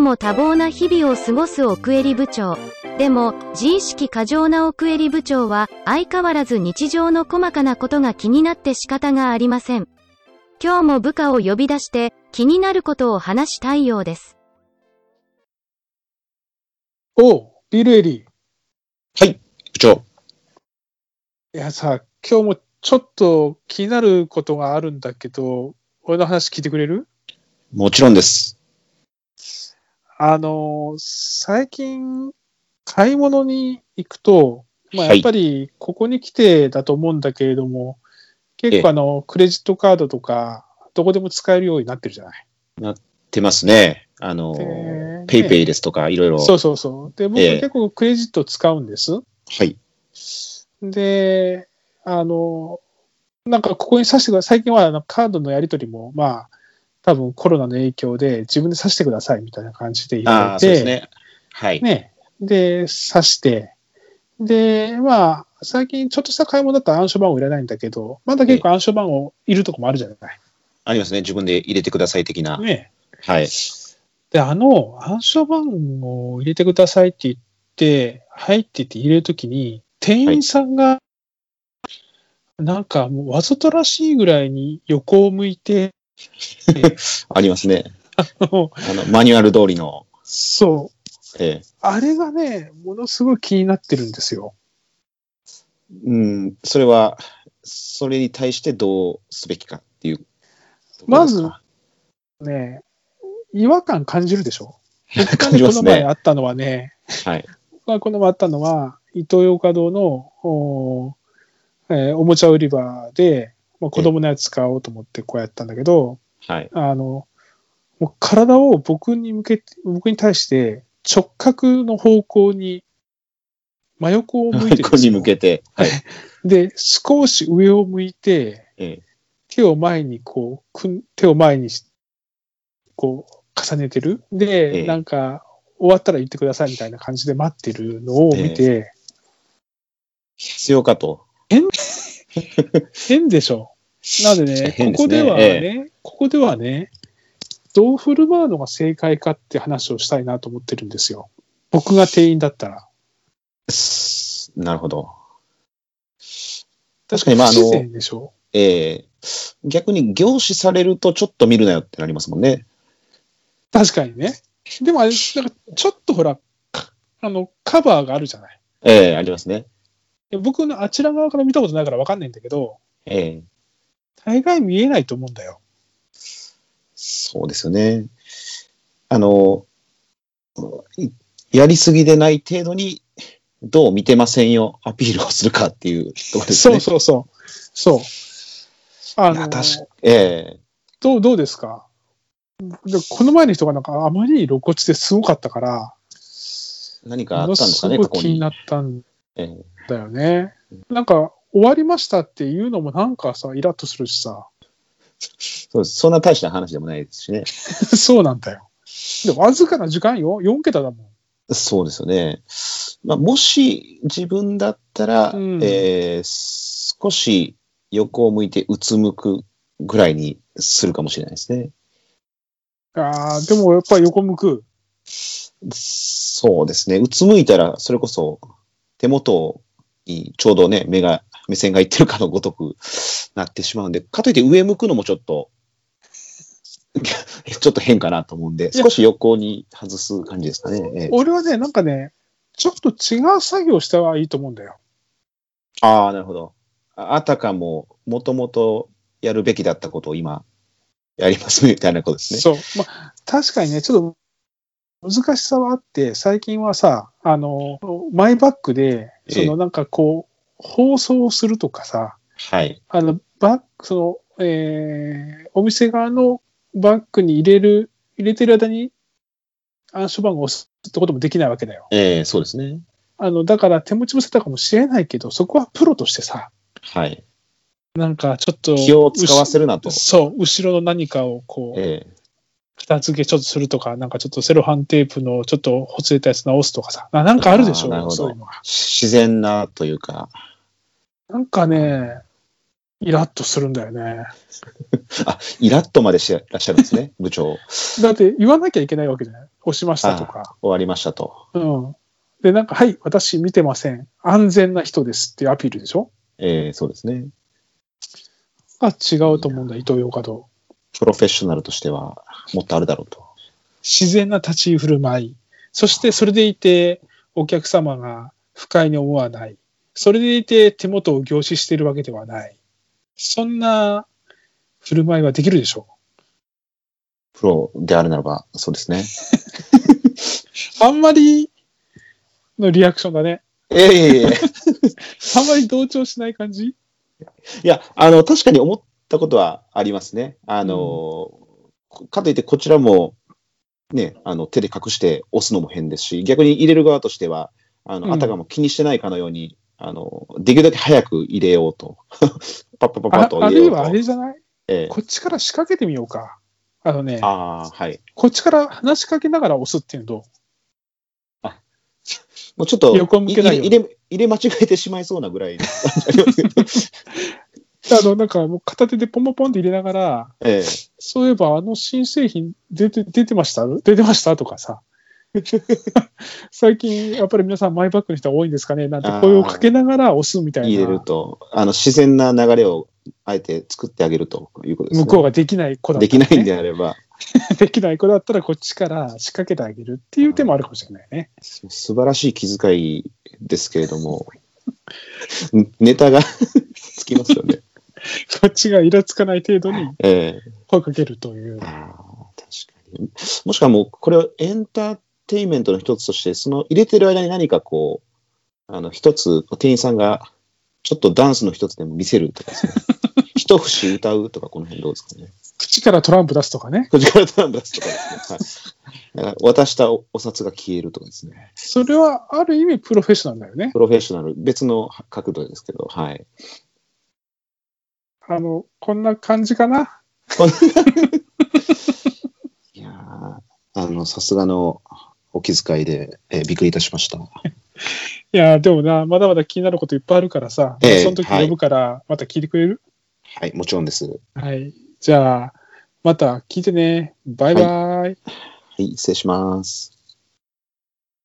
も多忙な日々を過ごす奥襟部長。でも、自意識過剰な奥襟部長は、相変わらず日常の細かなことが気になって仕方がありません。今日も部下を呼び出して、気になることを話したいようです。おう、ビルエリー。はい、部長。いやさ、今日もちょっと気になることがあるんだけど、俺の話聞いてくれるもちろんです。あの、最近、買い物に行くと、まあ、やっぱりここに来てだと思うんだけれども、はい、結構あの、クレジットカードとか、どこでも使えるようになってるじゃない。なってますね。あの、ね、ペイペイですとか、いろいろ。。そうそうそう。で、僕結構クレジット使うんです。はいで、あの、なんかここにさしてください。最近はあのカードのやり取りも、まあ、多分コロナの影響で自分で刺してくださいみたいな感じで言われて、ね、はい。ね。で、刺して、で、まあ、最近ちょっとした買い物だったら暗証番号いらないんだけど、まだ結構暗証番号いるとこもあるじゃない。ありますね。自分で入れてください的な。ね。はい。で、あの、暗証番号を入れてくださいって言って、入ってって入れるときに、店員さんが、なんかもうわざとらしいぐらいに横を向い て、ありますね。あの、あのマニュアル通りの。。そうええ、あれがね、ものすごい気になってるんですよ。うん、それは、それに対してどうすべきかっていう。まず、ね、違和感感じるでし ょ。感じまね。このす前あったのはね、はい。この前あったのは、イトーヨーカドーのお,、えー、おもちゃ売り場で、まあ、子供のやつ使おうと思ってこうやったんだけど、はい、あのもう体を僕に向けて僕に対して直角の方向に真横を向いて横に向けて、はい、で少し上を向いて、ええ、手を前にこうくん手を前にこう重ねてるで、ええ、なんか終わったら言ってくださいみたいな感じで待ってるのを見て、え、必要かと。変でしょ。なので ね、でねここではね、ええ、ここではね、どう振る舞うのが正解かって話をしたいなと思ってるんですよ。僕が店員だったら。なるほど。確かに、まあ、あの、ええ逆に凝視されるとちょっと見るなよってなりますもんね。確かにね。でもあれ、なんかちょっとほら、あの、カバーがあるじゃない。ええありますね。僕のあちら側から見たことないから分かんないんだけど、ええ、大概見えないと思うんだよ。そうですよね。あの、やりすぎでない程度に、どう見てませんよ、アピールをするかっていうところですね。そうそうそう。そう。あの、確かええ。どう、どうですかこの前の人がなんかあまりに露骨ですごかったから、何かあったんですかね、すごい気になったんだよね。なんか、終わりましたっていうのもなんかさ、イラッとするしさ。 そうそんな大した話でもないですしね。そうなんだよ。でも、わずかな時間よ。4桁だもん。そうですよね。まあ、もし自分だったら、うん、えー、少し横を向いてうつむくぐらいにするかもしれないですね。ああ、でもやっぱり横向く。そうですね。うつむいたら、それこそ手元にちょうどね、目が目線がいってるかのごとくなってしまうんで、かといって上向くのもちょっと、 ちょっと変かなと思うんで、少し横に外す感じですかね。俺はね、なんかね、ちょっと違う作業したはいいと思うんだよ。ああ、なるほど。あたかも、もともとやるべきだったことを今、やりますみたいなことですね。そう。まあ、確かにね、ちょっと、難しさはあって、最近はさ、あの、マイバッグで、そのなんかこう、ええ放送するとかさ、はい、あのバッその、えー、お店側のバッグに入れる、入れてる間に暗証番号を押すってこともできないわけだよ。ええー、そうですね。あの、だから手持ち無沙汰かもしれないけど、そこはプロとしてさ、はい。なんかちょっと、気を使わせるなと。そう、後ろの何かをこう、ええー、片付けちょっとするとか、なんかちょっとセロハンテープのちょっとほつれたやつ直すとかさ、なんかあるでしょ、うそういうのが。自然なというか。なんかね、イラッとするんだよね。あ、イラッとまでしてらっしゃるんですね、 部長。だって言わなきゃいけないわけじゃない押しましたとか。終わりましたと。うん。で、なんか、はい、私見てません。安全な人ですっていうアピールでしょえー、そうですね。あ、違うと思うんだ、伊藤洋華堂。プロフェッショナルとしては、もっとあるだろうと。自然な立ち振る舞い。そして、それでいて、お客様が不快に思わない。それでいて、手元を凝視しているわけではない。そんな振る舞いはできるでしょプロであるならば、そうですね。う。あんまりのリアクションだね。ええいえい え。あんまり同調しない感じいや、あの、確かに思ったことはありますね。あの、こかといってこちらも、ね、あの、手で隠して押すのも変ですし、逆に入れる側としては、あうんの、あたかも気にしてないかのように、あの、できるだけ早く入れようと。 パッパッパッパッあとあ入るいれようと。はあれじゃないええこっちから仕掛けてみようか。あのね、ああ、はい。こっちから話しかけながら押すっていうのどうもうちょっと、横向けないように入れ、入れ入れ間違えてしまいそうなぐ らい。あの、なんかもう片手でポンポンポンって入れながら、ええそういえばあの新製品出て、出てました出てましたとか さ。最近やっぱり皆さんマイバッグの人が多いんですかねなんて声をかけながら押すみたい入れるな。と、あの、自然な流れを、あえて作ってあげるということですね。向こうができない子だったでらね、きないんであれば、できない子だったらこっちから仕掛けてあげるっていう手もあるかもしれないね。素晴らしい気遣いですけれども、んネタがつきますよね。こっちがイラつかない程度にええ声かけるという。ああ確かに。もしくはもう、これをエンターテインメントの一つとして、その入れてる間に何かこう、あの、一つ、店員さんが、ちょっとダンスの一つでも見せるとかですね。 一節歌うとか、この辺どうですかね。口からトランプ出すとかね。こっちからトランプ出すとかですね。はい、だから渡したおお札が消えるとかですね。それはある意味プロフェッショナルだよね。プロフェッショナル、別の角度ですけど、はい。あの、こんな感じかな。いやーあの、さすがのお気遣いで、えーびっくりいたしました。いやー、でもな、まだまだ気になることいっぱいあるからさ、ええその時呼ぶから、また聞いてくれる、はい、もちろんです。ははい、じゃあ、また聞いてね。バイバイ。い、失礼します。